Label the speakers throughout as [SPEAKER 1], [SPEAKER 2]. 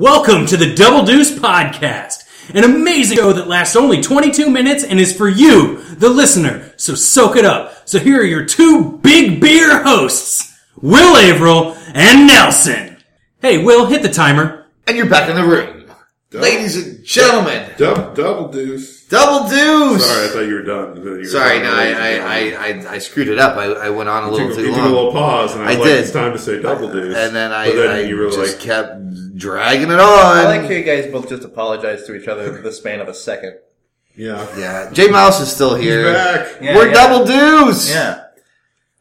[SPEAKER 1] Welcome to the Double Deuce Podcast, an amazing show that lasts only 22 minutes and is for you, the listener. So soak it up. So here are your two big beer hosts, Will Averill and Nelson. Hey, Will, hit the timer.
[SPEAKER 2] And you're back in the room.
[SPEAKER 3] Double,
[SPEAKER 2] Ladies and gentlemen,
[SPEAKER 3] Dub, double deuce.
[SPEAKER 2] double deuce!
[SPEAKER 3] Sorry, I thought you were done. You were
[SPEAKER 2] Sorry,
[SPEAKER 3] done.
[SPEAKER 2] no, I, I, I, I, I screwed it up. I, I went on a
[SPEAKER 3] You
[SPEAKER 2] little
[SPEAKER 3] took,
[SPEAKER 2] too
[SPEAKER 3] you
[SPEAKER 2] long.
[SPEAKER 3] took a little pause, and
[SPEAKER 2] I
[SPEAKER 3] I, was like,
[SPEAKER 2] did.
[SPEAKER 3] it's time to say double deuce.
[SPEAKER 2] And then I,
[SPEAKER 3] but then
[SPEAKER 2] I
[SPEAKER 3] you were
[SPEAKER 2] just
[SPEAKER 3] like,
[SPEAKER 2] kept dragging it on.
[SPEAKER 4] I like how you guys both just apologize to each other over the span of a second.
[SPEAKER 3] yeah,
[SPEAKER 2] yeah, Jay Mouse is still here.
[SPEAKER 3] back.
[SPEAKER 4] Yeah,
[SPEAKER 2] We're
[SPEAKER 4] yeah.
[SPEAKER 2] double deuce.
[SPEAKER 4] Yeah.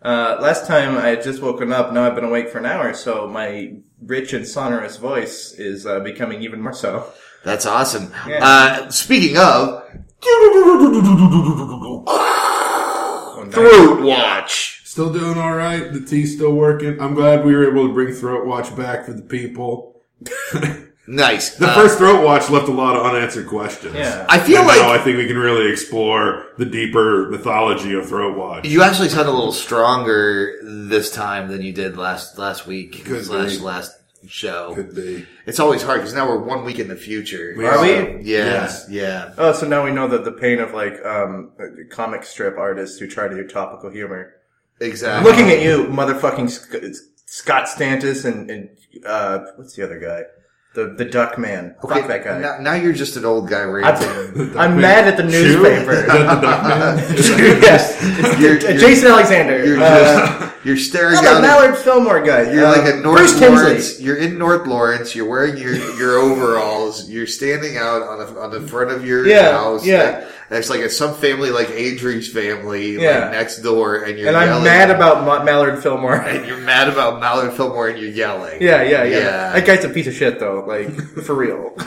[SPEAKER 4] Uh, last time I had just woken up. Now I've been awake for an hour, so my rich and sonorous voice is uh, becoming even more so.
[SPEAKER 2] that's awesome.
[SPEAKER 4] Yeah.
[SPEAKER 2] Uh, speaking of
[SPEAKER 4] Oh, nice.
[SPEAKER 2] Throat Watch,
[SPEAKER 3] Still doing all right. The tea's still working. I'm glad we were able to bring Throat Watch back for the people.
[SPEAKER 2] nice.
[SPEAKER 3] The
[SPEAKER 2] Uh,
[SPEAKER 3] first Throat Watch left a lot of unanswered questions.
[SPEAKER 4] Yeah.
[SPEAKER 2] I feel
[SPEAKER 3] And
[SPEAKER 2] like
[SPEAKER 3] now I think we can really explore the deeper mythology of Throat Watch.
[SPEAKER 2] you actually sound a little stronger this time than you did last last week
[SPEAKER 3] Could
[SPEAKER 2] slash
[SPEAKER 3] be.
[SPEAKER 2] last show.
[SPEAKER 3] Could be.
[SPEAKER 2] It's always hard because now we're one week in the future.
[SPEAKER 3] We
[SPEAKER 4] Are we?
[SPEAKER 2] Yes, yeah.
[SPEAKER 4] Oh, so now we know that the pain of like um, comic strip artists who try to do topical humor. I'm
[SPEAKER 2] Exactly.
[SPEAKER 4] looking at you, motherfucking Sc- Scott Stantis and, and uh, what's the other guy? The the Duck Man. Fuck that guy.
[SPEAKER 2] Now, now you're just an old guy ranting.
[SPEAKER 4] I'm, I'm mad at the
[SPEAKER 3] Shoe? Is
[SPEAKER 4] newspaper.
[SPEAKER 3] that the Duckman?
[SPEAKER 4] yes.
[SPEAKER 2] You're,
[SPEAKER 4] Uh,
[SPEAKER 2] you're-
[SPEAKER 4] Jason Alexander.
[SPEAKER 2] you're
[SPEAKER 4] Uh,
[SPEAKER 2] just you're staring
[SPEAKER 4] I'm a
[SPEAKER 2] out. At,
[SPEAKER 4] Mallard Fillmore guy.
[SPEAKER 2] you're
[SPEAKER 4] Uh,
[SPEAKER 2] like a North
[SPEAKER 4] Bruce
[SPEAKER 2] Lawrence.
[SPEAKER 4] Tinsley.
[SPEAKER 2] You're in North Lawrence. You're wearing your your overalls. You're standing out on the on the front of your
[SPEAKER 4] Yeah,
[SPEAKER 2] house.
[SPEAKER 4] yeah.
[SPEAKER 2] Like, it's like it's some family like Adri's family
[SPEAKER 4] Yeah.
[SPEAKER 2] like next door, and you're
[SPEAKER 4] And I'm
[SPEAKER 2] yelling.
[SPEAKER 4] mad about Ma- Mallard Fillmore.
[SPEAKER 2] And you're mad about Mallard Fillmore, and you're yelling.
[SPEAKER 4] yeah, yeah, yeah,
[SPEAKER 2] Yeah.
[SPEAKER 4] That guy's a piece of shit, though. Like for real.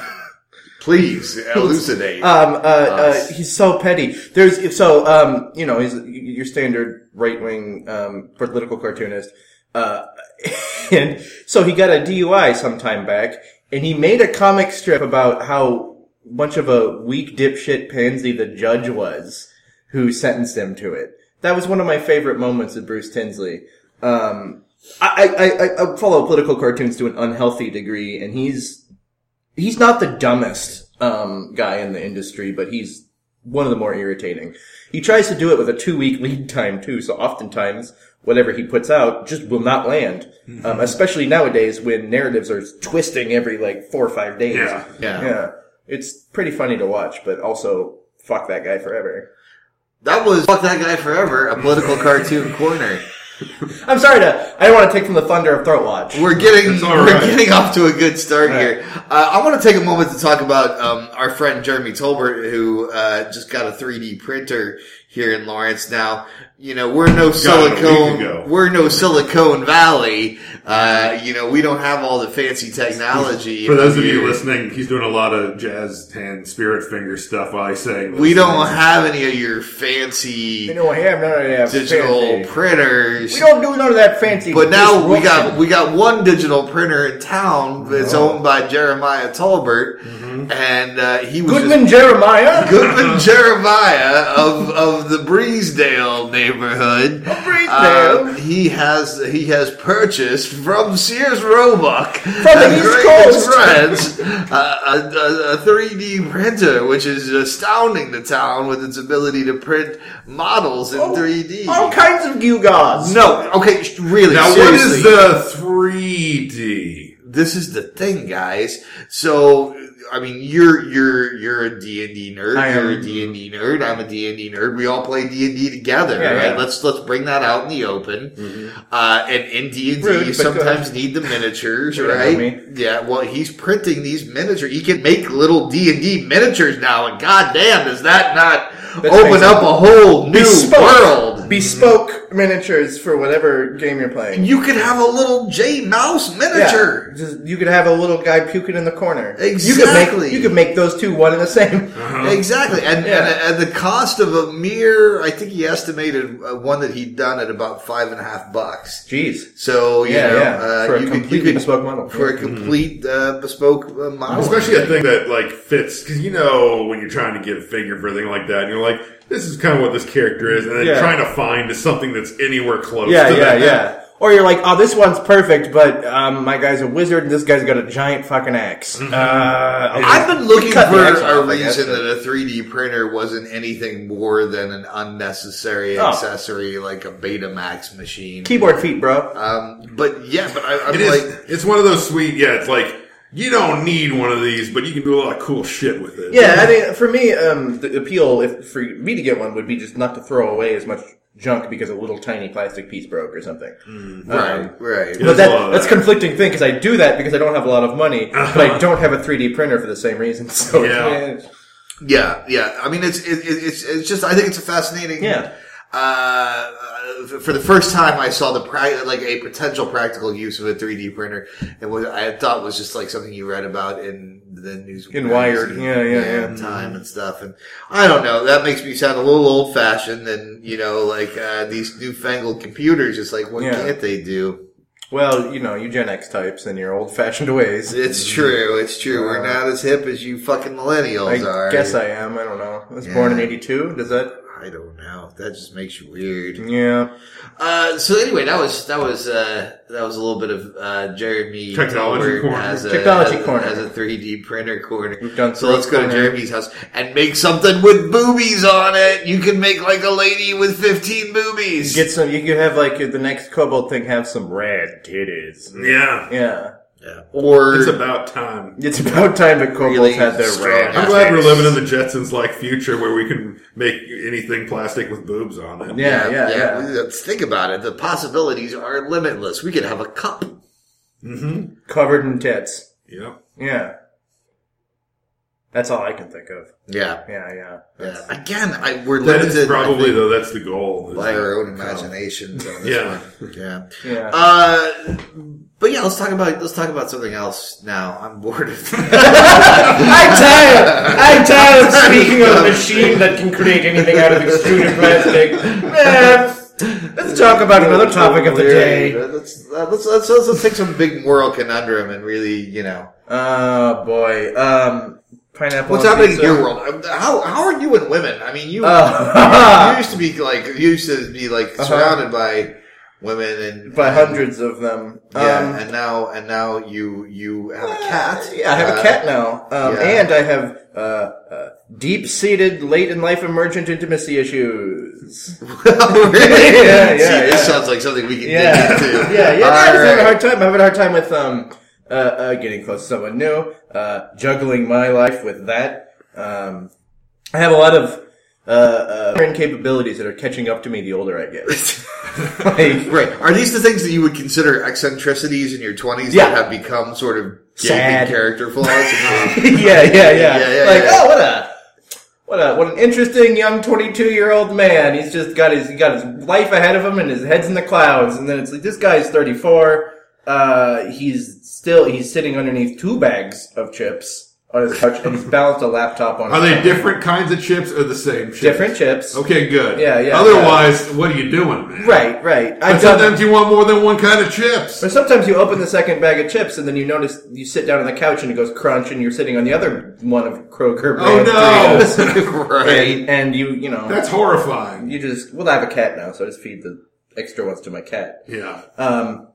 [SPEAKER 2] Please elucidate.
[SPEAKER 4] Um, uh, uh,
[SPEAKER 2] Us.
[SPEAKER 4] he's so petty. There's so um, you know, he's your standard right wing um, political cartoonist. Uh, and so he got a DUI some time back, and he made a comic strip about how much of a weak dipshit pansy the judge was who sentenced him to it. That was one of my favorite moments of Bruce Tinsley. Um, I, I, I, I follow political cartoons to an unhealthy degree, and he's he's not the dumbest um, guy in the industry, but he's one of the more irritating. He tries to do it with a two week lead time too, so oftentimes whatever he puts out just will not land. Um, especially nowadays when narratives are twisting every like four or five days.
[SPEAKER 3] Yeah.
[SPEAKER 2] yeah.
[SPEAKER 4] yeah, it's pretty funny to watch, but also fuck that guy forever.
[SPEAKER 2] That was fuck that guy forever. A political cartoon corner.
[SPEAKER 4] I'm sorry to I don't want to take from the thunder of Throat Watch.
[SPEAKER 2] We're getting
[SPEAKER 3] all
[SPEAKER 2] we're
[SPEAKER 3] right.
[SPEAKER 2] getting off to a good start here. Uh, I want to take a moment to talk about um, our friend Jeremy Tolbert, who uh, just got a 3D printer here in Lawrence. Now, you know we're no
[SPEAKER 3] Got it a week ago.
[SPEAKER 2] silicone, we're no Silicon Valley. Uh, you know we don't have all the fancy technology.
[SPEAKER 3] For those of you
[SPEAKER 2] Here.
[SPEAKER 3] listening, he's doing a lot of jazz hand spirit finger stuff while he's saying.
[SPEAKER 2] we don't
[SPEAKER 3] those things.
[SPEAKER 2] have any of your fancy
[SPEAKER 4] you know, I have none of that
[SPEAKER 2] digital
[SPEAKER 4] fancy.
[SPEAKER 2] printers.
[SPEAKER 4] We don't do none of that fancy.
[SPEAKER 2] But now we got
[SPEAKER 4] disruption.
[SPEAKER 2] we got one digital printer in town that's
[SPEAKER 4] Oh.
[SPEAKER 2] owned by Jeremiah Tolbert,
[SPEAKER 4] Mm-hmm.
[SPEAKER 2] and uh, he was just-
[SPEAKER 4] Goodman Jeremiah.
[SPEAKER 2] Goodman Jeremiah of of the Breezdale neighborhood.
[SPEAKER 4] Breezdale.
[SPEAKER 2] Uh, he has he has purchased from Sears Roebuck
[SPEAKER 4] From the
[SPEAKER 2] and
[SPEAKER 4] East
[SPEAKER 2] Greatest
[SPEAKER 4] Coast.
[SPEAKER 2] Friends uh, a, a, a 3D printer, which is astounding the town with its ability to print models in 3D.
[SPEAKER 4] Oh, All kinds of gewgaws.
[SPEAKER 2] No, okay, sh- really.
[SPEAKER 3] Now, what
[SPEAKER 2] seriously.
[SPEAKER 3] is the 3D?
[SPEAKER 2] this is the thing, guys. So, I mean, you're you're you're a D and D nerd.
[SPEAKER 4] I am.
[SPEAKER 2] You're a D and D nerd. I'm a D and D nerd. We all play D and D together.
[SPEAKER 4] Yeah,
[SPEAKER 2] right?
[SPEAKER 4] yeah. Mm-hmm.
[SPEAKER 2] Let's let's bring that out in the open. Uh, and in D and D,
[SPEAKER 4] Rude,
[SPEAKER 2] you
[SPEAKER 4] but go
[SPEAKER 2] sometimes
[SPEAKER 4] ahead.
[SPEAKER 2] need the miniatures,
[SPEAKER 4] Whatever,
[SPEAKER 2] right?
[SPEAKER 4] me.
[SPEAKER 2] Yeah. Well, he's printing these miniatures. He can make little D and D miniatures now. And goddamn, does that not
[SPEAKER 4] That's
[SPEAKER 2] open
[SPEAKER 4] amazing.
[SPEAKER 2] up a whole new world?
[SPEAKER 4] Bespoke miniatures for whatever game you're playing.
[SPEAKER 2] you could have a little J Mouse
[SPEAKER 4] Yeah.
[SPEAKER 2] miniature.
[SPEAKER 4] Just, you could have a little guy puking in the corner. You
[SPEAKER 2] Exactly.
[SPEAKER 4] could
[SPEAKER 2] Uh-huh.
[SPEAKER 4] make, you could make those two one and the same.
[SPEAKER 2] Exactly, and,
[SPEAKER 4] Uh-huh. Yeah.
[SPEAKER 2] and and the cost of a mere, I think he estimated uh, one that he'd done at about five and a half bucks.
[SPEAKER 4] Jeez.
[SPEAKER 2] So you
[SPEAKER 4] Yeah,
[SPEAKER 2] know,
[SPEAKER 4] yeah.
[SPEAKER 2] Uh,
[SPEAKER 4] For a
[SPEAKER 2] you could- you
[SPEAKER 4] completely
[SPEAKER 2] could-
[SPEAKER 4] bespoke model.
[SPEAKER 2] for a
[SPEAKER 4] Yeah.
[SPEAKER 2] complete uh, bespoke uh, model,
[SPEAKER 3] Especially a thing that like fits, because you know when you're trying to get a figure for a thing like that, and you're like, this is kind of what this character is, and then
[SPEAKER 4] Yeah.
[SPEAKER 3] trying to find is something that's anywhere close.
[SPEAKER 4] Yeah,
[SPEAKER 3] to
[SPEAKER 4] yeah,
[SPEAKER 3] that.
[SPEAKER 4] yeah. Or you're like, oh, this one's perfect, but um, my guy's a wizard and this guy's got a giant fucking axe. Uh, I'll
[SPEAKER 2] Mm-hmm. I've been looking for
[SPEAKER 4] cut the axe
[SPEAKER 2] a
[SPEAKER 4] off, I guess,
[SPEAKER 2] reason
[SPEAKER 4] but-
[SPEAKER 2] that a 3D printer wasn't anything more than an unnecessary
[SPEAKER 4] Oh.
[SPEAKER 2] accessory like a Betamax machine.
[SPEAKER 4] keyboard feet, bro.
[SPEAKER 2] Um, but yeah, but I, I'm
[SPEAKER 3] It
[SPEAKER 2] like,
[SPEAKER 3] is. it's one of those sweet. Yeah, it's like you don't need one of these, but you can do a lot of cool shit with it.
[SPEAKER 4] Yeah, I mean, for me, um, the appeal if for me to get one would be just not to throw away as much junk because a little tiny plastic piece broke or something. Um,
[SPEAKER 2] right, right.
[SPEAKER 3] Yeah.
[SPEAKER 4] But
[SPEAKER 3] There's a lot
[SPEAKER 4] that,
[SPEAKER 3] of
[SPEAKER 4] that's
[SPEAKER 3] that.
[SPEAKER 4] conflicting thing because I do that because I don't have a lot of money, but I don't have a 3D printer for the same reason. So
[SPEAKER 3] Yeah.
[SPEAKER 2] Yeah, yeah. I mean, it's it, it, it's it's just I think it's a fascinating.
[SPEAKER 4] Yeah.
[SPEAKER 2] Uh, uh, for the first time, I saw the pra- like a potential practical use of a 3D printer, and what I thought was just like something you read about in the news
[SPEAKER 4] In Wired. Yeah, yeah, Mm-hmm. yeah.
[SPEAKER 2] time and stuff. And I don't know. That makes me sound a little old fashioned, and you know, like uh, these newfangled computers. It's like, what
[SPEAKER 4] Yeah.
[SPEAKER 2] can't they do?
[SPEAKER 4] well, you know, you Gen X types and your old-fashioned ways.
[SPEAKER 2] It's true. It's true. We're
[SPEAKER 4] Mm-hmm. Yeah.
[SPEAKER 2] not as hip as you fucking millennials
[SPEAKER 4] I
[SPEAKER 2] are.
[SPEAKER 4] guess I am. I don't know. I was born in
[SPEAKER 2] Yeah.
[SPEAKER 4] '82. Does that?
[SPEAKER 2] I don't know. That just makes you weird.
[SPEAKER 4] Yeah.
[SPEAKER 2] Uh, so anyway, that was that was uh, that was a little bit of uh, Jeremy
[SPEAKER 3] Technology
[SPEAKER 2] Tolbert
[SPEAKER 3] corner.
[SPEAKER 2] as a,
[SPEAKER 4] Technology
[SPEAKER 2] as,
[SPEAKER 4] corner.
[SPEAKER 2] as a 3D printer corner.
[SPEAKER 4] We've done
[SPEAKER 2] so let's go to
[SPEAKER 4] corner.
[SPEAKER 2] Jeremy's house and make something with boobies on it. You can make like a lady with 15 boobies.
[SPEAKER 4] Get some. You could have like the next Cobalt thing have some rad
[SPEAKER 3] Mm.
[SPEAKER 4] titties.
[SPEAKER 3] yeah.
[SPEAKER 4] Yeah.
[SPEAKER 2] Yeah. Or
[SPEAKER 3] It's about time.
[SPEAKER 4] It's about time that Cobalt
[SPEAKER 2] Really
[SPEAKER 4] had their
[SPEAKER 2] strong
[SPEAKER 3] I'm
[SPEAKER 4] rad.
[SPEAKER 3] glad we're living in the Jetsons like future where we can make anything plastic with boobs on it.
[SPEAKER 4] Yeah, yeah, yeah.
[SPEAKER 2] Let's think about it. The possibilities are limitless. We could have a cup.
[SPEAKER 3] Mm-hmm.
[SPEAKER 4] Covered in tits.
[SPEAKER 3] Yep.
[SPEAKER 4] Yeah. That's all I can think of.
[SPEAKER 2] Yeah.
[SPEAKER 4] Yeah, yeah.
[SPEAKER 2] yeah. Again, I, we're
[SPEAKER 3] That
[SPEAKER 2] limited
[SPEAKER 3] is probably
[SPEAKER 2] I think,
[SPEAKER 3] though. That's the goal. is
[SPEAKER 2] by our
[SPEAKER 3] that-
[SPEAKER 2] own imaginations. on this
[SPEAKER 3] Yeah.
[SPEAKER 2] one. Yeah.
[SPEAKER 4] Yeah.
[SPEAKER 2] Uh, but yeah, let's talk about let's talk about something else now. I'm bored of
[SPEAKER 4] I'm tired. I'm tired of speaking of a machine that can create anything out of extruded plastic. Eh, let's talk about another topic of the day.
[SPEAKER 2] Let's, uh, let's, let's, let's, let's take some big moral conundrum and really, you know,
[SPEAKER 4] Oh boy. Um, pineapple.
[SPEAKER 2] what's
[SPEAKER 4] on
[SPEAKER 2] happening in
[SPEAKER 4] pizza.
[SPEAKER 2] your world? Um, How how are you and women? I mean, you,
[SPEAKER 4] Oh.
[SPEAKER 2] you used to be like you used to be like
[SPEAKER 4] Uh-huh.
[SPEAKER 2] surrounded by women and
[SPEAKER 4] By
[SPEAKER 2] and-
[SPEAKER 4] hundreds of them.
[SPEAKER 2] Yeah,
[SPEAKER 4] Um, uh,
[SPEAKER 2] and now and now you you have a cat.
[SPEAKER 4] Yeah, I have a
[SPEAKER 2] Uh,
[SPEAKER 4] cat now, um,
[SPEAKER 2] yeah.
[SPEAKER 4] and I have uh, uh, deep-seated, late-in-life emergent intimacy issues.
[SPEAKER 2] really?
[SPEAKER 4] Yeah, yeah,
[SPEAKER 2] See, This
[SPEAKER 4] yeah.
[SPEAKER 2] sounds like something we can
[SPEAKER 4] Yeah,
[SPEAKER 2] dig into.
[SPEAKER 4] yeah, yeah. I'm
[SPEAKER 2] All
[SPEAKER 4] having a
[SPEAKER 2] right.
[SPEAKER 4] hard time. I'm having a hard time with um, uh, uh, getting close to someone new, uh, juggling my life with that. Um, I have a lot of uh, uh, inherent capabilities that are catching up to me the older I get. like,
[SPEAKER 2] Right. Are these the things that you would consider eccentricities in your 20s
[SPEAKER 4] Yeah.
[SPEAKER 2] that have become sort of
[SPEAKER 4] Sad.
[SPEAKER 2] gaping character flaws? And, uh,
[SPEAKER 4] yeah, yeah, yeah.
[SPEAKER 2] Yeah, yeah,
[SPEAKER 4] like,
[SPEAKER 2] yeah.
[SPEAKER 4] oh, what a, what a, what an interesting young twenty-two-year-old man. He's just got his, he got his life ahead of him, and his head's in the clouds. And then it's like this guy's thirty-four. Uh, he's still he's sitting underneath two bags of chips on his couch, and he's balanced a laptop on.
[SPEAKER 3] Are
[SPEAKER 4] his
[SPEAKER 3] they
[SPEAKER 4] couch.
[SPEAKER 3] different kinds of chips or the same chips?
[SPEAKER 4] Different chips.
[SPEAKER 3] Okay, good.
[SPEAKER 4] Yeah, yeah,
[SPEAKER 3] Otherwise, what are you doing, man?
[SPEAKER 4] Right, right.
[SPEAKER 3] But
[SPEAKER 4] I've done.
[SPEAKER 3] sometimes you want more than one kind of chips.
[SPEAKER 4] But sometimes you open the second bag of chips and then you notice you sit down on the couch and it goes crunch and you're sitting on the other one of Kroger
[SPEAKER 3] Oh
[SPEAKER 4] brand Doritos.
[SPEAKER 3] no!
[SPEAKER 2] right.
[SPEAKER 4] And, and you, you know,
[SPEAKER 3] That's horrifying.
[SPEAKER 4] You just well, I have a cat now, so I just feed the extra ones to my cat.
[SPEAKER 3] Yeah.
[SPEAKER 4] Um,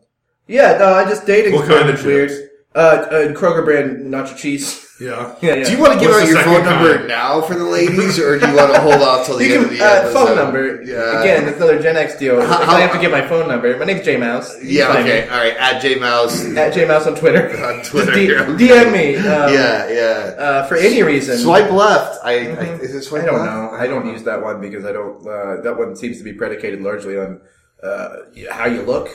[SPEAKER 4] yeah, no, I just dating.
[SPEAKER 3] What kind of
[SPEAKER 4] weird?
[SPEAKER 3] chips?
[SPEAKER 4] Uh, uh, Kroger brand nacho cheese.
[SPEAKER 3] Yeah.
[SPEAKER 4] Yeah, yeah.
[SPEAKER 2] Do you want to give
[SPEAKER 3] What's
[SPEAKER 2] out
[SPEAKER 3] the
[SPEAKER 2] your
[SPEAKER 3] second
[SPEAKER 2] phone number
[SPEAKER 3] kind?
[SPEAKER 2] now for the ladies, or do you want to hold off till the
[SPEAKER 4] You
[SPEAKER 2] end
[SPEAKER 4] can
[SPEAKER 2] of the
[SPEAKER 4] uh,
[SPEAKER 2] episode?
[SPEAKER 4] phone number.
[SPEAKER 2] Yeah.
[SPEAKER 4] Again, it's another Gen X deal.
[SPEAKER 2] How-
[SPEAKER 4] I have
[SPEAKER 2] how-
[SPEAKER 4] to get my phone number. My name's J Mouse. You
[SPEAKER 2] Yeah.
[SPEAKER 4] can find
[SPEAKER 2] Okay.
[SPEAKER 4] me
[SPEAKER 2] All right. At J Mouse. yeah.
[SPEAKER 4] At J Mouse on Twitter.
[SPEAKER 2] On Twitter,
[SPEAKER 4] D-
[SPEAKER 2] yeah, okay.
[SPEAKER 4] DM me. Um,
[SPEAKER 2] Yeah.
[SPEAKER 4] Uh, for any reason.
[SPEAKER 2] Swipe left. I, I is it swipe
[SPEAKER 4] I don't
[SPEAKER 2] left?
[SPEAKER 4] know. I don't use that one because I don't. Uh, that one seems to be predicated largely on uh, how you look.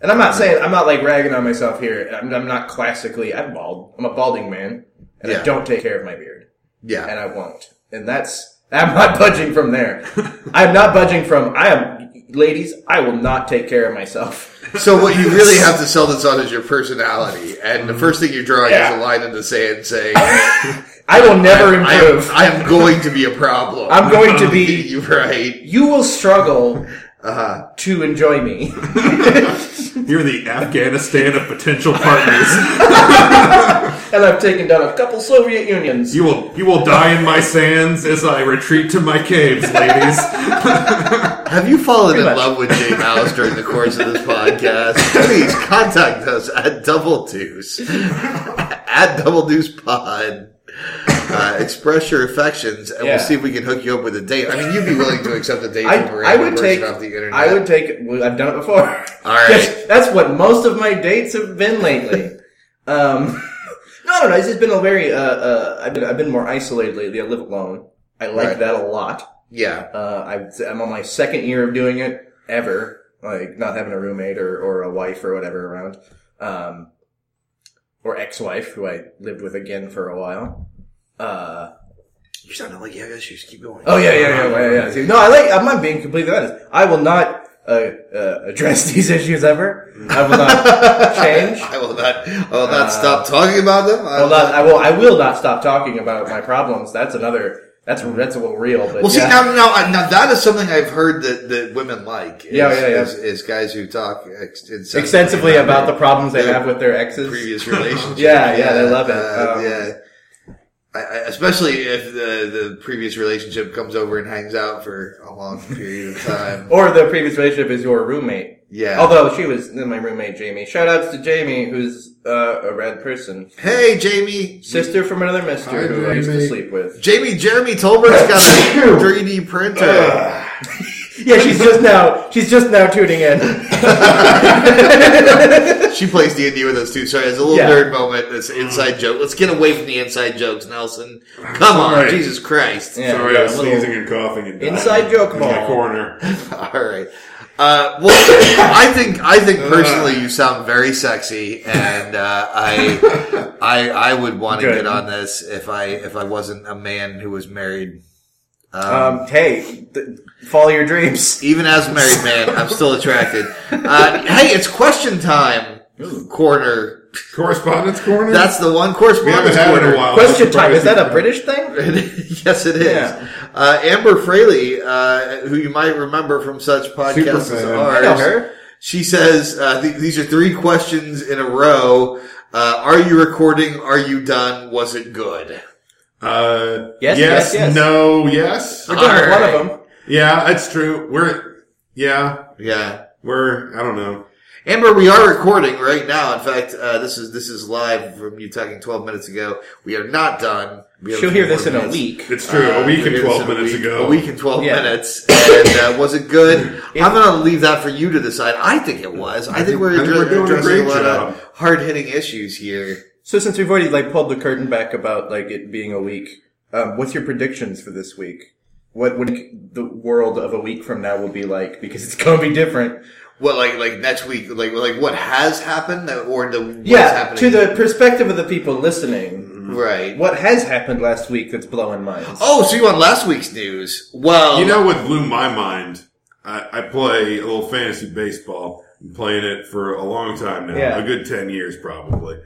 [SPEAKER 4] And I'm
[SPEAKER 2] Mm-hmm.
[SPEAKER 4] not saying I'm not like ragging on myself here. I'm, I'm not classically. I'm bald. I'm a balding man, and
[SPEAKER 2] Yeah.
[SPEAKER 4] I don't take care of my beard,
[SPEAKER 2] Yeah.
[SPEAKER 4] and I won't. And that's I'm not budging from there. I'm not budging from. I am, ladies. I will not take care of myself.
[SPEAKER 2] So what you really have to sell this on is your personality, and the first thing you're drawing
[SPEAKER 4] Yeah.
[SPEAKER 2] is a line in the sand saying,
[SPEAKER 4] I will never
[SPEAKER 2] I
[SPEAKER 4] improve.
[SPEAKER 2] am, I am going to be a problem.
[SPEAKER 4] I'm going to be.
[SPEAKER 2] You're right.
[SPEAKER 4] You will struggle
[SPEAKER 2] Uh-huh.
[SPEAKER 4] to enjoy me.
[SPEAKER 3] You're the Afghanistan of potential partners.
[SPEAKER 4] And I've taken down a couple Soviet unions.
[SPEAKER 3] You will you will die in my sands as I retreat to my caves, ladies.
[SPEAKER 2] Have you fallen in
[SPEAKER 4] much.
[SPEAKER 2] love with Jay Mouse during the course of this podcast? Please contact us at Double Deuce, at Double Deuce Pod. Uh, express your affections, and
[SPEAKER 4] Yeah.
[SPEAKER 2] we'll see if we can hook you up with a date. I mean, you'd be willing to accept a date
[SPEAKER 4] I,
[SPEAKER 2] from a
[SPEAKER 4] I
[SPEAKER 2] random
[SPEAKER 4] would
[SPEAKER 2] person
[SPEAKER 4] take.
[SPEAKER 2] off the internet.
[SPEAKER 4] I would take. well, I've done it
[SPEAKER 2] All
[SPEAKER 4] before.
[SPEAKER 2] right.
[SPEAKER 4] That's- that's what most of my dates have been lately. um, no, no, no. It's just been a very. Uh, uh, I've been. I've been more isolated lately. I live alone. I like
[SPEAKER 2] Right.
[SPEAKER 4] that a lot.
[SPEAKER 2] Yeah,
[SPEAKER 4] Uh, I've, I'm on my second year of doing it ever. Like not having a roommate or, or a wife or whatever around. Um, or ex-wife who I lived with again for a while. Uh,
[SPEAKER 2] you sounded like you have issues. Keep going.
[SPEAKER 4] Oh yeah, yeah, yeah, yeah, yeah. See, no, I like. I'm not being completely honest. I will not uh, uh, address these issues ever. I will not change.
[SPEAKER 2] I will not. I will
[SPEAKER 4] Uh,
[SPEAKER 2] not stop talking about them. I
[SPEAKER 4] I will not. I will. I will not stop talking about my problems. That's another. That's that's a little real. But
[SPEAKER 2] Well, see
[SPEAKER 4] yeah.
[SPEAKER 2] now, now, now that is something I've heard that, that women like. Is,
[SPEAKER 4] Yeah, yeah, yeah.
[SPEAKER 2] Is, is guys who talk ex- extensively,
[SPEAKER 4] extensively about the problems they
[SPEAKER 2] Yeah.
[SPEAKER 4] have with their exes.
[SPEAKER 2] previous relationship. uh,
[SPEAKER 4] Yeah, yeah, they love it. Um,
[SPEAKER 2] yeah, I, I, especially if the the previous relationship comes over and hangs out for a long period of time.
[SPEAKER 4] Or the previous relationship is your roommate.
[SPEAKER 2] Yeah.
[SPEAKER 4] Although she was my roommate, Jamie. Shout outs to Jamie, who's uh, a rad person.
[SPEAKER 2] hey, Jamie.
[SPEAKER 4] Sister from another mister
[SPEAKER 3] Hi,
[SPEAKER 4] who I used to
[SPEAKER 3] Jamie.
[SPEAKER 4] sleep with.
[SPEAKER 2] Jamie Jeremy Tolbert's got a 3D printer.
[SPEAKER 4] Yeah, she's just now, she's just now tuning in.
[SPEAKER 2] She plays D and D with us too. Sorry, it's a little
[SPEAKER 4] Yeah.
[SPEAKER 2] nerd moment. It's an inside joke. Let's get away from the inside jokes, Nelson. Come on,
[SPEAKER 3] Sorry.
[SPEAKER 2] Jesus Christ.
[SPEAKER 4] Yeah,
[SPEAKER 3] Sorry,
[SPEAKER 4] yeah,
[SPEAKER 3] I
[SPEAKER 4] a
[SPEAKER 3] was
[SPEAKER 4] little-
[SPEAKER 3] sneezing and coughing and dying
[SPEAKER 4] Inside joke
[SPEAKER 3] in my
[SPEAKER 4] ball.
[SPEAKER 3] corner.
[SPEAKER 2] All right. Uh, well, I think I think personally you sound very sexy, and uh, I I I would want to
[SPEAKER 4] Good.
[SPEAKER 2] get on this if I if I wasn't a man who was married. Um,
[SPEAKER 4] Um, hey, th- follow your dreams.
[SPEAKER 2] even as a married man, I'm still attracted. Uh, hey, it's question time corner.
[SPEAKER 3] Correspondence corner.
[SPEAKER 2] That's the one
[SPEAKER 3] we haven't
[SPEAKER 2] correspondence
[SPEAKER 3] had it in
[SPEAKER 2] corner.
[SPEAKER 3] a while.
[SPEAKER 4] Question time.
[SPEAKER 3] Surprising.
[SPEAKER 4] Is that a British thing?
[SPEAKER 2] yes, it is.
[SPEAKER 4] Yeah.
[SPEAKER 2] Uh, Amber Fraley, uh, who you might remember from such podcasts as
[SPEAKER 3] Superfan.
[SPEAKER 2] ours,
[SPEAKER 4] I know her.
[SPEAKER 2] she says uh, th- these are three questions in a row. Uh, are you recording? Are you done? Was it good?
[SPEAKER 3] Uh, yes,
[SPEAKER 4] Yes, yes, yes.
[SPEAKER 3] no, yes. Uh,
[SPEAKER 4] We're done with
[SPEAKER 2] Alright.
[SPEAKER 4] one of them.
[SPEAKER 3] Yeah, that's true. We're, yeah,
[SPEAKER 2] Yeah,
[SPEAKER 3] we're, I don't know.
[SPEAKER 2] Amber, we are recording right now. In fact, uh, this is this is live from you talking twelve minutes ago. We are not done. We have
[SPEAKER 4] She'll hear
[SPEAKER 2] more
[SPEAKER 4] this in a
[SPEAKER 2] minutes.
[SPEAKER 4] week.
[SPEAKER 3] It's true.
[SPEAKER 2] Uh,
[SPEAKER 3] a week
[SPEAKER 2] we
[SPEAKER 3] and
[SPEAKER 2] hear this
[SPEAKER 3] 12
[SPEAKER 2] in a
[SPEAKER 3] minutes
[SPEAKER 2] week-
[SPEAKER 3] ago.
[SPEAKER 2] A week and 12
[SPEAKER 4] Yeah.
[SPEAKER 2] minutes. And uh, was it good? I'm going to leave that for you to decide. I think it was. I think we're,
[SPEAKER 3] I think we're
[SPEAKER 2] addre-
[SPEAKER 3] doing a
[SPEAKER 2] addressing a,
[SPEAKER 3] great
[SPEAKER 2] lot
[SPEAKER 3] job.
[SPEAKER 2] of hard hitting issues here.
[SPEAKER 4] So since we've already like pulled the curtain back about like it being a week, um, what's your predictions for this week? What would the world of a week from now will be like? Because it's going to be different.
[SPEAKER 2] Well, like like next week, like like what has happened, or the what's
[SPEAKER 4] Yeah,
[SPEAKER 2] happening
[SPEAKER 4] to the perspective of the people listening,
[SPEAKER 2] right.
[SPEAKER 4] what has happened last week that's blowing minds?
[SPEAKER 2] Oh, so you want last week's news? Well,
[SPEAKER 4] Um,
[SPEAKER 3] You know what blew my mind? I, I play a little fantasy baseball. I'm playing it for a long time now,
[SPEAKER 4] Yeah.
[SPEAKER 3] a good 10 years probably.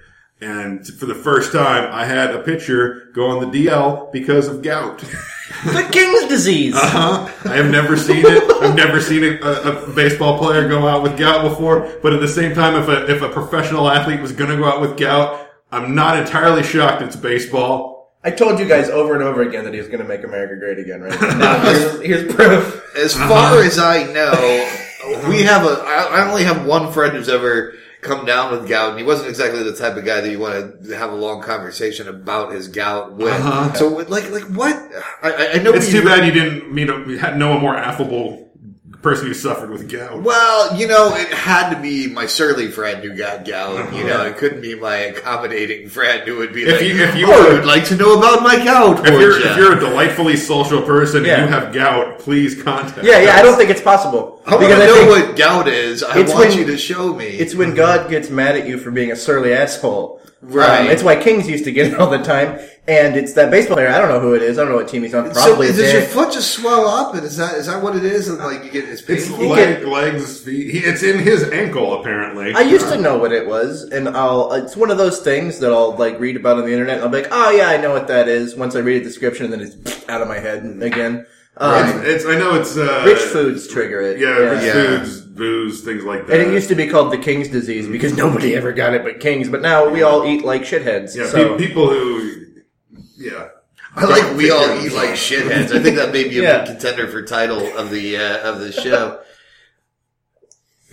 [SPEAKER 3] And for the first time, I had a pitcher go on the DL because of gout.
[SPEAKER 4] the King's disease.
[SPEAKER 3] Uh-huh. I have never seen it. I've never seen a, a, a baseball player go out with gout before. But at the same time, if a, if a professional athlete was going to go out with gout, I'm not entirely shocked it's baseball.
[SPEAKER 4] I told you guys over and over again that he was going to make America great again, right? Now, here's, here's proof.
[SPEAKER 2] as
[SPEAKER 3] Uh-huh.
[SPEAKER 2] far as I know, we have a. I I only have one friend who's ever come down with gout, and he wasn't exactly the type of guy that you want to have a long conversation about his gout with. So, like, like what? I- I, I know
[SPEAKER 3] Uh-huh. It's
[SPEAKER 2] we-
[SPEAKER 3] too bad you didn't meet a, you had no more affable person who suffered with gout.
[SPEAKER 2] Well, you know, it had to be my surly friend who got gout. You know, it couldn't be my accommodating friend who would be
[SPEAKER 3] If
[SPEAKER 2] like,
[SPEAKER 3] you- if you
[SPEAKER 2] "Oh, I
[SPEAKER 3] were-
[SPEAKER 2] would like to know about my gout."
[SPEAKER 3] If you're,
[SPEAKER 2] Borgia."
[SPEAKER 3] if you're a delightfully social person and
[SPEAKER 4] Yeah.
[SPEAKER 3] you have gout, please contact
[SPEAKER 4] Yeah, yeah. I
[SPEAKER 3] us.
[SPEAKER 4] don't think it's possible
[SPEAKER 2] I want to know what gout is. I
[SPEAKER 4] It's
[SPEAKER 2] want
[SPEAKER 4] when-
[SPEAKER 2] you to show me.
[SPEAKER 4] it's when God gets mad at you for being a surly asshole.
[SPEAKER 2] Right.
[SPEAKER 4] Um, it's why Kings used to get it all the time, and it's that baseball player. I don't know who it is. I don't know what team he's on. Probably
[SPEAKER 2] so, does your
[SPEAKER 4] Derek.
[SPEAKER 2] foot just swell up? And is that is that what it is? And like you get it's
[SPEAKER 3] It's
[SPEAKER 2] painful.
[SPEAKER 3] leg, legs, feet. He, it's in his ankle, apparently.
[SPEAKER 4] I used to know what it was, and I'll. It's one of those things that I'll like read about on the internet, and I'll be like, "Oh yeah, I know what that is." Once I read a description, and then it's out of my head again. Um,
[SPEAKER 3] It's, it's, I know it's. Uh,
[SPEAKER 4] Rich foods trigger it.
[SPEAKER 3] Yeah, Rich
[SPEAKER 2] Yeah.
[SPEAKER 3] Foods booze, things like that.
[SPEAKER 4] And it used to be called the King's disease because nobody ever got it but kings. But now we all eat like shitheads.
[SPEAKER 3] yeah,
[SPEAKER 4] so.
[SPEAKER 3] pe- people who, yeah,
[SPEAKER 2] I like we all eat like shitheads. I think that may be a
[SPEAKER 4] Yeah.
[SPEAKER 2] big contender for title of the uh, of the show.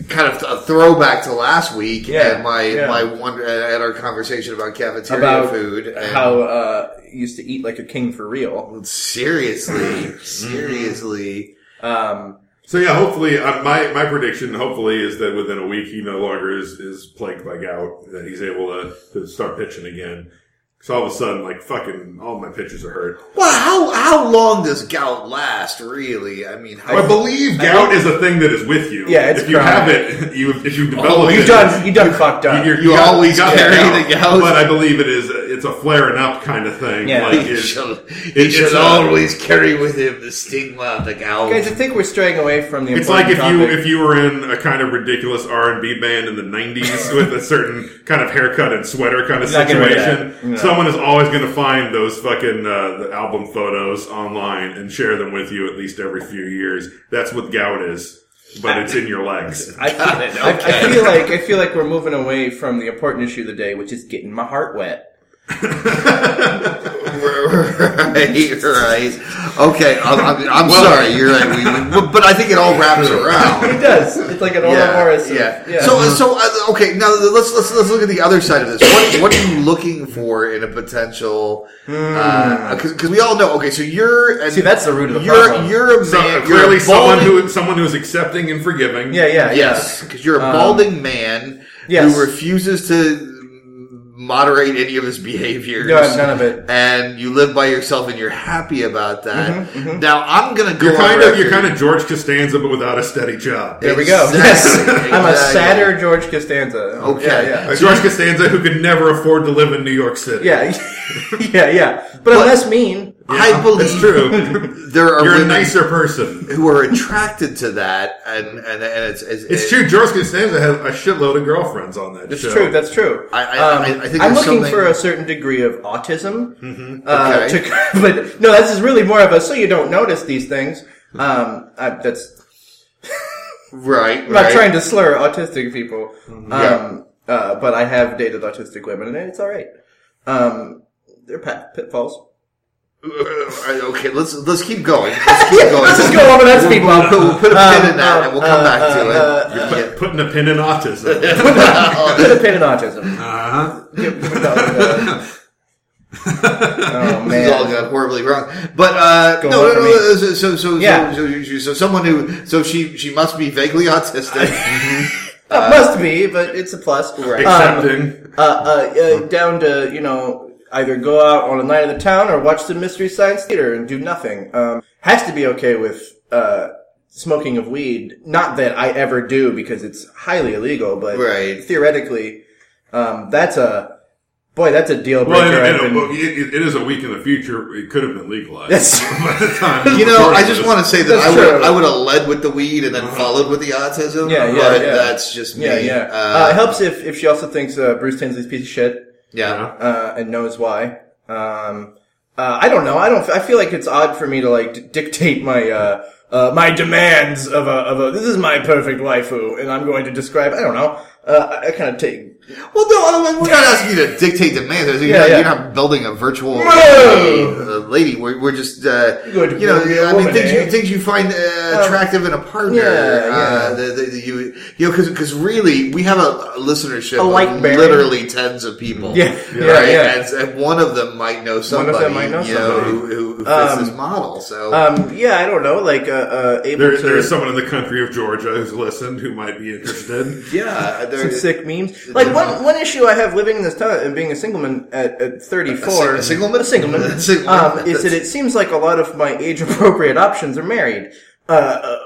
[SPEAKER 2] kind of a throwback to last week
[SPEAKER 4] Yeah,
[SPEAKER 2] and my
[SPEAKER 4] yeah.
[SPEAKER 2] my wonder at our conversation about cafeteria
[SPEAKER 4] about
[SPEAKER 2] food. And
[SPEAKER 4] how uh, used to eat like a king for real.
[SPEAKER 2] seriously,
[SPEAKER 4] Mm.
[SPEAKER 2] seriously,
[SPEAKER 4] Um,
[SPEAKER 3] So yeah, hopefully uh, my my prediction hopefully is that within a week he no longer is is plagued by gout that he's able to, to start pitching again. So all of a sudden, like fucking, all my pitches are hurt.
[SPEAKER 2] well, how how long does gout last? Really, I mean, how,
[SPEAKER 3] I believe gout is a thing that is with you.
[SPEAKER 4] Yeah, it's
[SPEAKER 3] if you
[SPEAKER 4] chronic.
[SPEAKER 3] have it, you if you develop
[SPEAKER 2] Oh,
[SPEAKER 3] it,
[SPEAKER 4] you done, you done fucked up.
[SPEAKER 3] you're-
[SPEAKER 2] You
[SPEAKER 3] got-
[SPEAKER 2] always
[SPEAKER 3] got
[SPEAKER 2] carry the gout.
[SPEAKER 3] But I believe it is it's a flaring up kind of thing.
[SPEAKER 4] Yeah.
[SPEAKER 3] like
[SPEAKER 2] he
[SPEAKER 3] it's-
[SPEAKER 2] shall, he
[SPEAKER 3] it's
[SPEAKER 2] shall
[SPEAKER 3] a-
[SPEAKER 2] always carry with him the stigma of the gout.
[SPEAKER 4] guys, I think we're straying away from the.
[SPEAKER 3] It's like if
[SPEAKER 4] important
[SPEAKER 3] you
[SPEAKER 4] topic.
[SPEAKER 3] if you were in a kind of ridiculous R and B band in the '90s with a certain kind of haircut and sweater kind of
[SPEAKER 4] Not gonna do that.
[SPEAKER 3] situation.
[SPEAKER 4] No.
[SPEAKER 3] Someone is always going to find those fucking uh, the album photos online and share them with you at least every few years. That's what gout is, but it's in your legs.
[SPEAKER 4] I,
[SPEAKER 2] Got it,
[SPEAKER 4] I- I
[SPEAKER 2] okay.
[SPEAKER 4] feel like I feel like we're moving away from the important issue of the day, which is getting my heart wet.
[SPEAKER 2] right, right. Okay, I'm, I'm, I'm sorry. You're right. We, we, but I think it all wraps
[SPEAKER 4] It
[SPEAKER 2] around.
[SPEAKER 4] does. It's like an yeah, Morris.
[SPEAKER 2] yeah, yeah. So, so uh, okay. Now let's let's let's look at the other side of this. What what are you looking for in a potential? Because we all know. Okay, so you're and
[SPEAKER 4] Hmm. See, that's the root of the
[SPEAKER 2] you're,
[SPEAKER 4] problem.
[SPEAKER 2] You're a man.
[SPEAKER 3] So uh,
[SPEAKER 2] you're
[SPEAKER 3] clearly,
[SPEAKER 2] a
[SPEAKER 3] someone
[SPEAKER 2] balding-
[SPEAKER 3] who someone who is accepting and forgiving.
[SPEAKER 4] yeah, yeah,
[SPEAKER 2] Yes, because you're a balding man
[SPEAKER 4] Um, Yes.
[SPEAKER 2] who refuses to moderate any of his behaviors.
[SPEAKER 4] No, none of it.
[SPEAKER 2] And you live by yourself, and you're happy about that.
[SPEAKER 4] Mm-hmm,
[SPEAKER 2] Now I'm gonna go. on
[SPEAKER 3] You're kind of you're
[SPEAKER 2] record-
[SPEAKER 3] kind of George Costanza, but without a steady job.
[SPEAKER 4] There we go.
[SPEAKER 2] Exactly,
[SPEAKER 4] Yes, I'm a
[SPEAKER 2] exactly.
[SPEAKER 4] sadder George Costanza.
[SPEAKER 2] Okay.
[SPEAKER 4] Yeah, yeah.
[SPEAKER 3] A George Costanza who could never afford to live in New York City.
[SPEAKER 4] Yeah, yeah, yeah. But, I'm less mean.
[SPEAKER 2] I believe
[SPEAKER 3] That's true.
[SPEAKER 2] there are
[SPEAKER 3] You're a
[SPEAKER 2] women
[SPEAKER 3] nicer person.
[SPEAKER 2] who are attracted to that, and and, and it's it's,
[SPEAKER 3] It's true. George Costanza has a shitload of girlfriends on that
[SPEAKER 4] That's
[SPEAKER 3] show.
[SPEAKER 4] true. That's true.
[SPEAKER 2] I- I- I- I think
[SPEAKER 4] am
[SPEAKER 2] there's
[SPEAKER 4] Um, looking
[SPEAKER 2] something- Mm-hmm.
[SPEAKER 4] for a certain degree of autism. Uh,
[SPEAKER 2] Okay.
[SPEAKER 4] to, but no, this is really more of a so you don't notice these things. Um, I, that's
[SPEAKER 2] Right.
[SPEAKER 4] I'm not
[SPEAKER 2] right. Mm-hmm.
[SPEAKER 4] trying to slur autistic people.
[SPEAKER 2] Yeah.
[SPEAKER 4] Um, uh, but I have dated autistic women, and it's all right. Um, they're pit- pitfalls.
[SPEAKER 2] Uh, Okay, let's let's keep going. Let's keep going.
[SPEAKER 4] Let's just go over that speed
[SPEAKER 2] We'll, put- we'll
[SPEAKER 4] bump.
[SPEAKER 2] put a pin in
[SPEAKER 4] Um,
[SPEAKER 2] that, and we'll come
[SPEAKER 4] uh,
[SPEAKER 2] back to it.
[SPEAKER 4] uh,
[SPEAKER 2] Yeah.
[SPEAKER 3] Put- Putting a pin in autism.
[SPEAKER 4] Put a pin in autism.
[SPEAKER 3] uh-huh.
[SPEAKER 4] Give- give it up, uh, oh
[SPEAKER 2] This all
[SPEAKER 4] man.
[SPEAKER 2] got horribly wrong. But uh,
[SPEAKER 4] Go
[SPEAKER 2] no, no,
[SPEAKER 4] over
[SPEAKER 2] no.
[SPEAKER 4] me.
[SPEAKER 2] uh, So, so, so,
[SPEAKER 4] Yeah.
[SPEAKER 2] so, so, so someone who, so she, she must be vaguely autistic.
[SPEAKER 4] Mm-hmm. It must be, but it's a plus.
[SPEAKER 2] Right.
[SPEAKER 4] Um,
[SPEAKER 3] Accepting.
[SPEAKER 4] uh, uh, uh, down to you know either go out on a night of the town or watch the mystery science theater and do nothing um, has to be okay with uh, smoking of weed not that i ever do because it's highly illegal but
[SPEAKER 2] Right.
[SPEAKER 4] theoretically um, that's a boy that's a deal breaker
[SPEAKER 3] Well, and,
[SPEAKER 4] I've
[SPEAKER 3] and,
[SPEAKER 4] been-
[SPEAKER 3] it, it is a week in the future. It could have been legalized.
[SPEAKER 4] That's-
[SPEAKER 3] By the time
[SPEAKER 2] you know, I just want to say that
[SPEAKER 4] That's
[SPEAKER 2] I would,
[SPEAKER 4] true. Uh-huh.
[SPEAKER 2] I would have led with the weed and then followed with the autism.
[SPEAKER 4] Yeah, yeah,
[SPEAKER 2] but
[SPEAKER 4] yeah.
[SPEAKER 2] That's just me.
[SPEAKER 4] yeah yeah uh, it helps if, if she also thinks uh, bruce tinsley's a piece of shit
[SPEAKER 2] yeah.
[SPEAKER 4] uh, and knows why. Um, uh, I don't know. I don't. I feel like it's odd for me to like d- dictate my uh, uh, my demands of a of a. This is my perfect waifu, and I'm going to describe. I don't know. Uh, I, I kind of take.
[SPEAKER 2] Well, no, I- we're not asking you to dictate demands. You're,
[SPEAKER 4] Yeah,
[SPEAKER 2] not,
[SPEAKER 4] yeah.
[SPEAKER 2] you're not building a virtual
[SPEAKER 4] No.
[SPEAKER 2] uh, lady. We're, we're just, uh,
[SPEAKER 4] You're going to
[SPEAKER 2] you know,
[SPEAKER 4] build me a
[SPEAKER 2] I mean,
[SPEAKER 4] woman,
[SPEAKER 2] things
[SPEAKER 4] eh? Um,
[SPEAKER 2] you things you find uh, attractive in a partner.
[SPEAKER 4] yeah, yeah.
[SPEAKER 2] Uh, the, the, the- you you know, because really we have a, a listenership
[SPEAKER 4] A like
[SPEAKER 2] of
[SPEAKER 4] bearing.
[SPEAKER 2] literally tens of people.
[SPEAKER 4] Yeah, yeah,
[SPEAKER 2] right.
[SPEAKER 4] yeah.
[SPEAKER 2] And, and one of them might know
[SPEAKER 4] One
[SPEAKER 2] somebody.
[SPEAKER 4] of them might know
[SPEAKER 2] you know,
[SPEAKER 4] somebody.
[SPEAKER 2] who, who fits this model. So
[SPEAKER 4] Um, yeah, I don't know. Like uh, uh, able
[SPEAKER 3] There,
[SPEAKER 4] to.
[SPEAKER 3] there's someone in the country of Georgia who's listened who might be interested.
[SPEAKER 2] yeah,
[SPEAKER 4] some
[SPEAKER 2] there,
[SPEAKER 4] sick memes. Like one one issue I have living in this town and being a single man at, at 34.
[SPEAKER 2] A sing- a singleman?
[SPEAKER 4] A singleman.
[SPEAKER 2] A singleman.
[SPEAKER 4] Um, is that it seems like a lot of my age appropriate options are married. Uh, uh,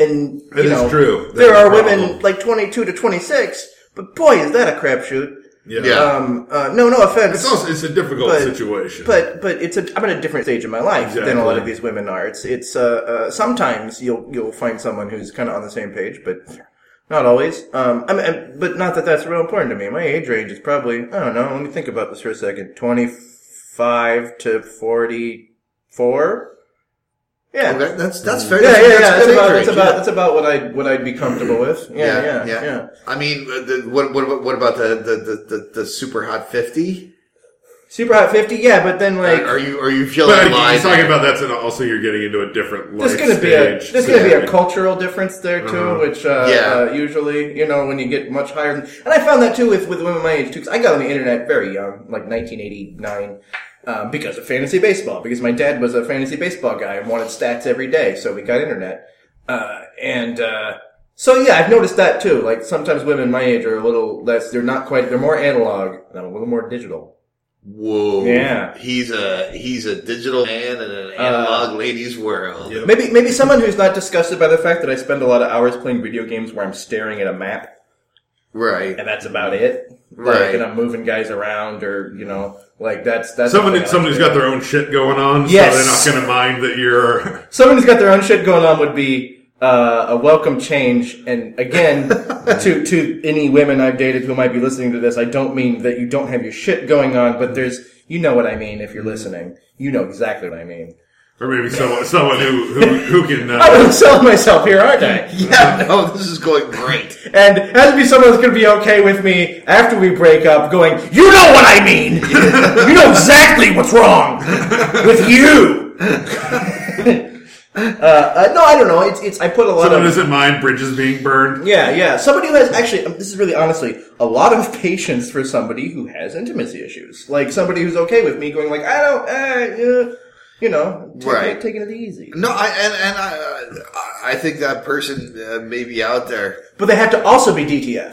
[SPEAKER 4] and you
[SPEAKER 3] That is
[SPEAKER 4] know,
[SPEAKER 3] true. That
[SPEAKER 4] there
[SPEAKER 3] is
[SPEAKER 4] are
[SPEAKER 3] a
[SPEAKER 4] women
[SPEAKER 3] problem.
[SPEAKER 4] like 22 to 26, but boy, is that a crapshoot.
[SPEAKER 3] Yeah.
[SPEAKER 2] Yeah.
[SPEAKER 4] Um, uh, no, no offense.
[SPEAKER 3] It's also it's a difficult
[SPEAKER 4] But-
[SPEAKER 3] situation.
[SPEAKER 4] But but it's a I'm at a different stage in my life than a lot of these women are. It's it's uh, uh sometimes you'll you'll find someone who's kind of on the same page, but not always. Um, I mean, and- but not that that's real important to me. My age range is probably I don't know. Let me think about this for a second. Twenty five to forty four. Yeah.
[SPEAKER 2] Okay, that's that's fair.
[SPEAKER 4] Mm. Yeah, yeah, yeah.
[SPEAKER 2] that's,
[SPEAKER 4] That's,
[SPEAKER 2] that's
[SPEAKER 4] about,
[SPEAKER 2] age
[SPEAKER 4] that's
[SPEAKER 2] range,
[SPEAKER 4] about
[SPEAKER 2] yeah.
[SPEAKER 4] that's about what I would what I'd be comfortable with. Yeah, yeah, yeah.
[SPEAKER 2] I mean, uh, the, what what about- what about the the, the, the, the super hot fifty?
[SPEAKER 4] Super hot fifty. Yeah, but then like
[SPEAKER 2] Uh, Are you are you feeling
[SPEAKER 3] But I-
[SPEAKER 2] lied?
[SPEAKER 3] he's talking about that's and also you're getting into a different life
[SPEAKER 4] there's gonna be a
[SPEAKER 3] stage.
[SPEAKER 4] there's gonna be a
[SPEAKER 3] Yeah. Uh-huh.
[SPEAKER 4] cultural difference there too, which uh,
[SPEAKER 2] Yeah.
[SPEAKER 4] uh, usually you know when you get much higher. Than, and I found that too with with women my age too. 'cause I got on the internet very young, like 1989. Um, because of fantasy baseball, because my dad was a fantasy baseball guy and wanted stats every day, so we got internet. Uh, and uh, so yeah, I've noticed that too. Like sometimes women my age are a little less; they're not quite. They're more analog, and I'm a little more digital.
[SPEAKER 2] Whoa!
[SPEAKER 4] Yeah. Uh,
[SPEAKER 2] he's a he's a digital man in an analog lady's world.
[SPEAKER 4] Maybe maybe someone who's not disgusted by the fact that I spend a lot of hours playing video games where I'm staring at a map
[SPEAKER 2] Right.
[SPEAKER 4] and that's about it.
[SPEAKER 2] Right.
[SPEAKER 4] Like, and I'm moving guys around, or you know, like that's that's
[SPEAKER 3] Someone,
[SPEAKER 4] something
[SPEAKER 3] somebody's got their own shit going on,
[SPEAKER 4] Yes.
[SPEAKER 3] so they're not going to mind that you're.
[SPEAKER 4] someone who's got their own shit going on would be uh, a welcome change. And again, to to any women I've dated who might be listening to this, I don't mean that you don't have your shit going on, but there's you know what I mean if you're listening. You know exactly what I mean.
[SPEAKER 3] Or maybe someone, someone who, who, who can.
[SPEAKER 4] I'm
[SPEAKER 3] Uh,
[SPEAKER 4] gonna sell myself here, aren't I?
[SPEAKER 2] Yeah. Oh, this is going great.
[SPEAKER 4] And it has to be someone that's going to be okay with me after we break up going, You know what I mean! you know exactly what's wrong with you! uh, uh, no, I don't know. It's, it's, I put a lot
[SPEAKER 3] someone
[SPEAKER 4] of.
[SPEAKER 3] doesn't mind bridges being burned.
[SPEAKER 4] Yeah, yeah. Somebody who has actually, um, this is really honestly a lot of patience for somebody who has intimacy issues. Like somebody who's okay with me going like, I don't, uh, uh, you know, taking,
[SPEAKER 2] Right.
[SPEAKER 4] it, taking it easy.
[SPEAKER 2] No, I and and I I- I think that person uh, may be out there
[SPEAKER 4] But they have to also be DTF.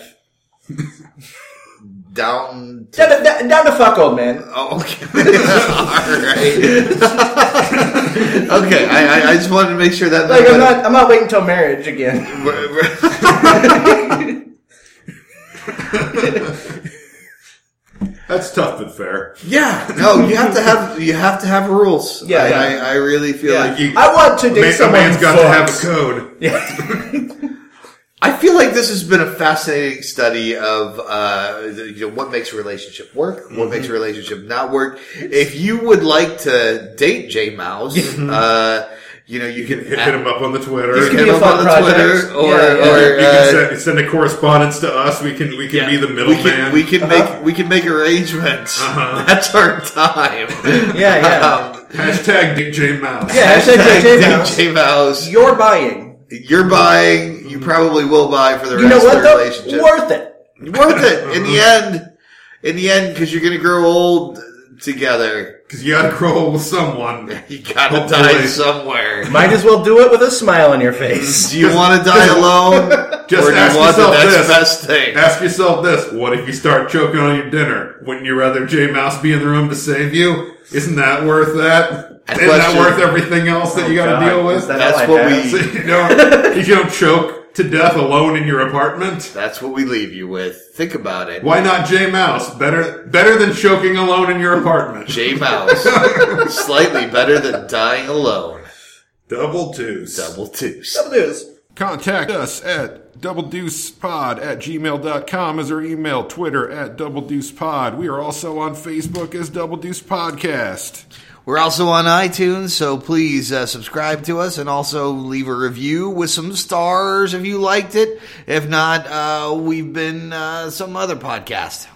[SPEAKER 2] down. To,
[SPEAKER 4] Down to, down- down to fuck, old man.
[SPEAKER 2] oh, okay. All right. okay. I, I I just wanted to make sure that
[SPEAKER 4] Like I'm not, I'm not waiting till marriage again.
[SPEAKER 3] That's tough but fair.
[SPEAKER 1] Yeah.
[SPEAKER 2] no, you have to have you have to have rules.
[SPEAKER 4] Yeah,
[SPEAKER 2] I,
[SPEAKER 4] yeah.
[SPEAKER 2] I, I really feel
[SPEAKER 4] Yeah.
[SPEAKER 2] like you,
[SPEAKER 4] I want to
[SPEAKER 3] A,
[SPEAKER 4] date
[SPEAKER 3] man,
[SPEAKER 4] someone.
[SPEAKER 3] has got to have a code.
[SPEAKER 2] I feel like this has been a fascinating study of uh, you know, what makes a relationship work,
[SPEAKER 4] Mm-hmm.
[SPEAKER 2] what makes a relationship not work. If you would like to date J Mouse, uh, you know you can
[SPEAKER 3] Hit, hit him up on the Twitter.
[SPEAKER 2] You
[SPEAKER 4] This
[SPEAKER 2] can
[SPEAKER 4] could
[SPEAKER 2] hit
[SPEAKER 4] be a
[SPEAKER 2] him up
[SPEAKER 4] fun
[SPEAKER 2] on
[SPEAKER 4] project.
[SPEAKER 2] Twitter or,
[SPEAKER 4] Yeah, yeah.
[SPEAKER 2] or
[SPEAKER 3] you
[SPEAKER 2] uh,
[SPEAKER 3] can send, send a correspondence to us. We can we can be the
[SPEAKER 2] we can
[SPEAKER 3] middleman.
[SPEAKER 2] we can
[SPEAKER 4] Uh-huh.
[SPEAKER 2] make we can make arrangements.
[SPEAKER 3] Uh-huh.
[SPEAKER 2] That's our time.
[SPEAKER 4] Yeah, yeah.
[SPEAKER 2] Um,
[SPEAKER 3] hashtag Dick J Mouse.
[SPEAKER 4] Yeah, hashtag
[SPEAKER 2] hashtag
[SPEAKER 4] J Mouse.
[SPEAKER 2] DJ Mouse.
[SPEAKER 4] You're buying.
[SPEAKER 3] Mm-hmm.
[SPEAKER 2] You're buying. You probably will buy for the
[SPEAKER 4] You know
[SPEAKER 2] rest
[SPEAKER 4] what
[SPEAKER 2] of the
[SPEAKER 4] though?
[SPEAKER 2] relationship.
[SPEAKER 4] Worth it.
[SPEAKER 2] Worth it in the end. In the end, because you're gonna grow old together.
[SPEAKER 3] because you got to grow old with someone.
[SPEAKER 2] You gotta
[SPEAKER 3] Hopefully.
[SPEAKER 2] die somewhere.
[SPEAKER 4] Might as well do it with a smile on your face.
[SPEAKER 2] Do you want to die alone,
[SPEAKER 3] Just
[SPEAKER 2] or do
[SPEAKER 3] ask
[SPEAKER 2] you want the
[SPEAKER 3] yourself
[SPEAKER 2] next
[SPEAKER 3] this.
[SPEAKER 2] best thing?
[SPEAKER 3] Ask yourself this: What if you start choking on your dinner? Wouldn't you rather J Mouse be in the room to save you? Isn't that worth that?
[SPEAKER 2] That
[SPEAKER 3] Isn't
[SPEAKER 2] question-
[SPEAKER 3] that worth everything else
[SPEAKER 2] Oh,
[SPEAKER 3] that you got to deal with?
[SPEAKER 4] Is that
[SPEAKER 2] That's
[SPEAKER 4] all I
[SPEAKER 2] what
[SPEAKER 4] have?
[SPEAKER 2] we-
[SPEAKER 3] so you don't, you don't choke to death alone in your apartment.
[SPEAKER 2] That's what we leave you with. Think about it.
[SPEAKER 3] Why not J Mouse? Better better than choking alone in your apartment.
[SPEAKER 2] J Mouse. Slightly better than dying alone.
[SPEAKER 3] Double deuce.
[SPEAKER 2] Double deuce.
[SPEAKER 4] Double deuce.
[SPEAKER 3] Contact us at doubledeucepod at gmail.com as our email, Twitter at doubledeucepod. We are also on Facebook as Double Deuce Podcast.
[SPEAKER 2] We're also on iTunes, so please uh, subscribe to us and also leave a review with some stars if you liked it. If not, uh, we've been uh, some other podcast.